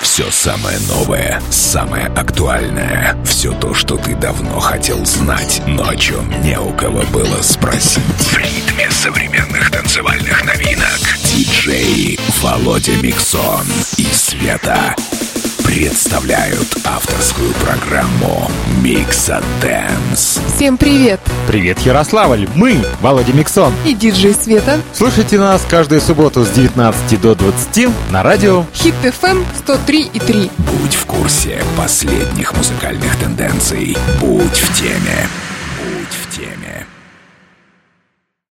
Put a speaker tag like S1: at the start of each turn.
S1: Все самое новое, самое актуальное. Все то, что ты давно хотел знать, но о чем не у кого было спросить. В ритме современных танцевальных новинок. Диджей Володя Миксон и Света представляют авторскую программу Микса Dance.
S2: Всем привет!
S3: Привет, Ярославль! Мы, Володя Миксон.
S2: И диджей Света.
S3: Слушайте нас каждую субботу с 19 до 20 на радио
S2: Хит FM 103,3.
S1: Будь в курсе последних музыкальных тенденций. Будь в теме. Будь в теме.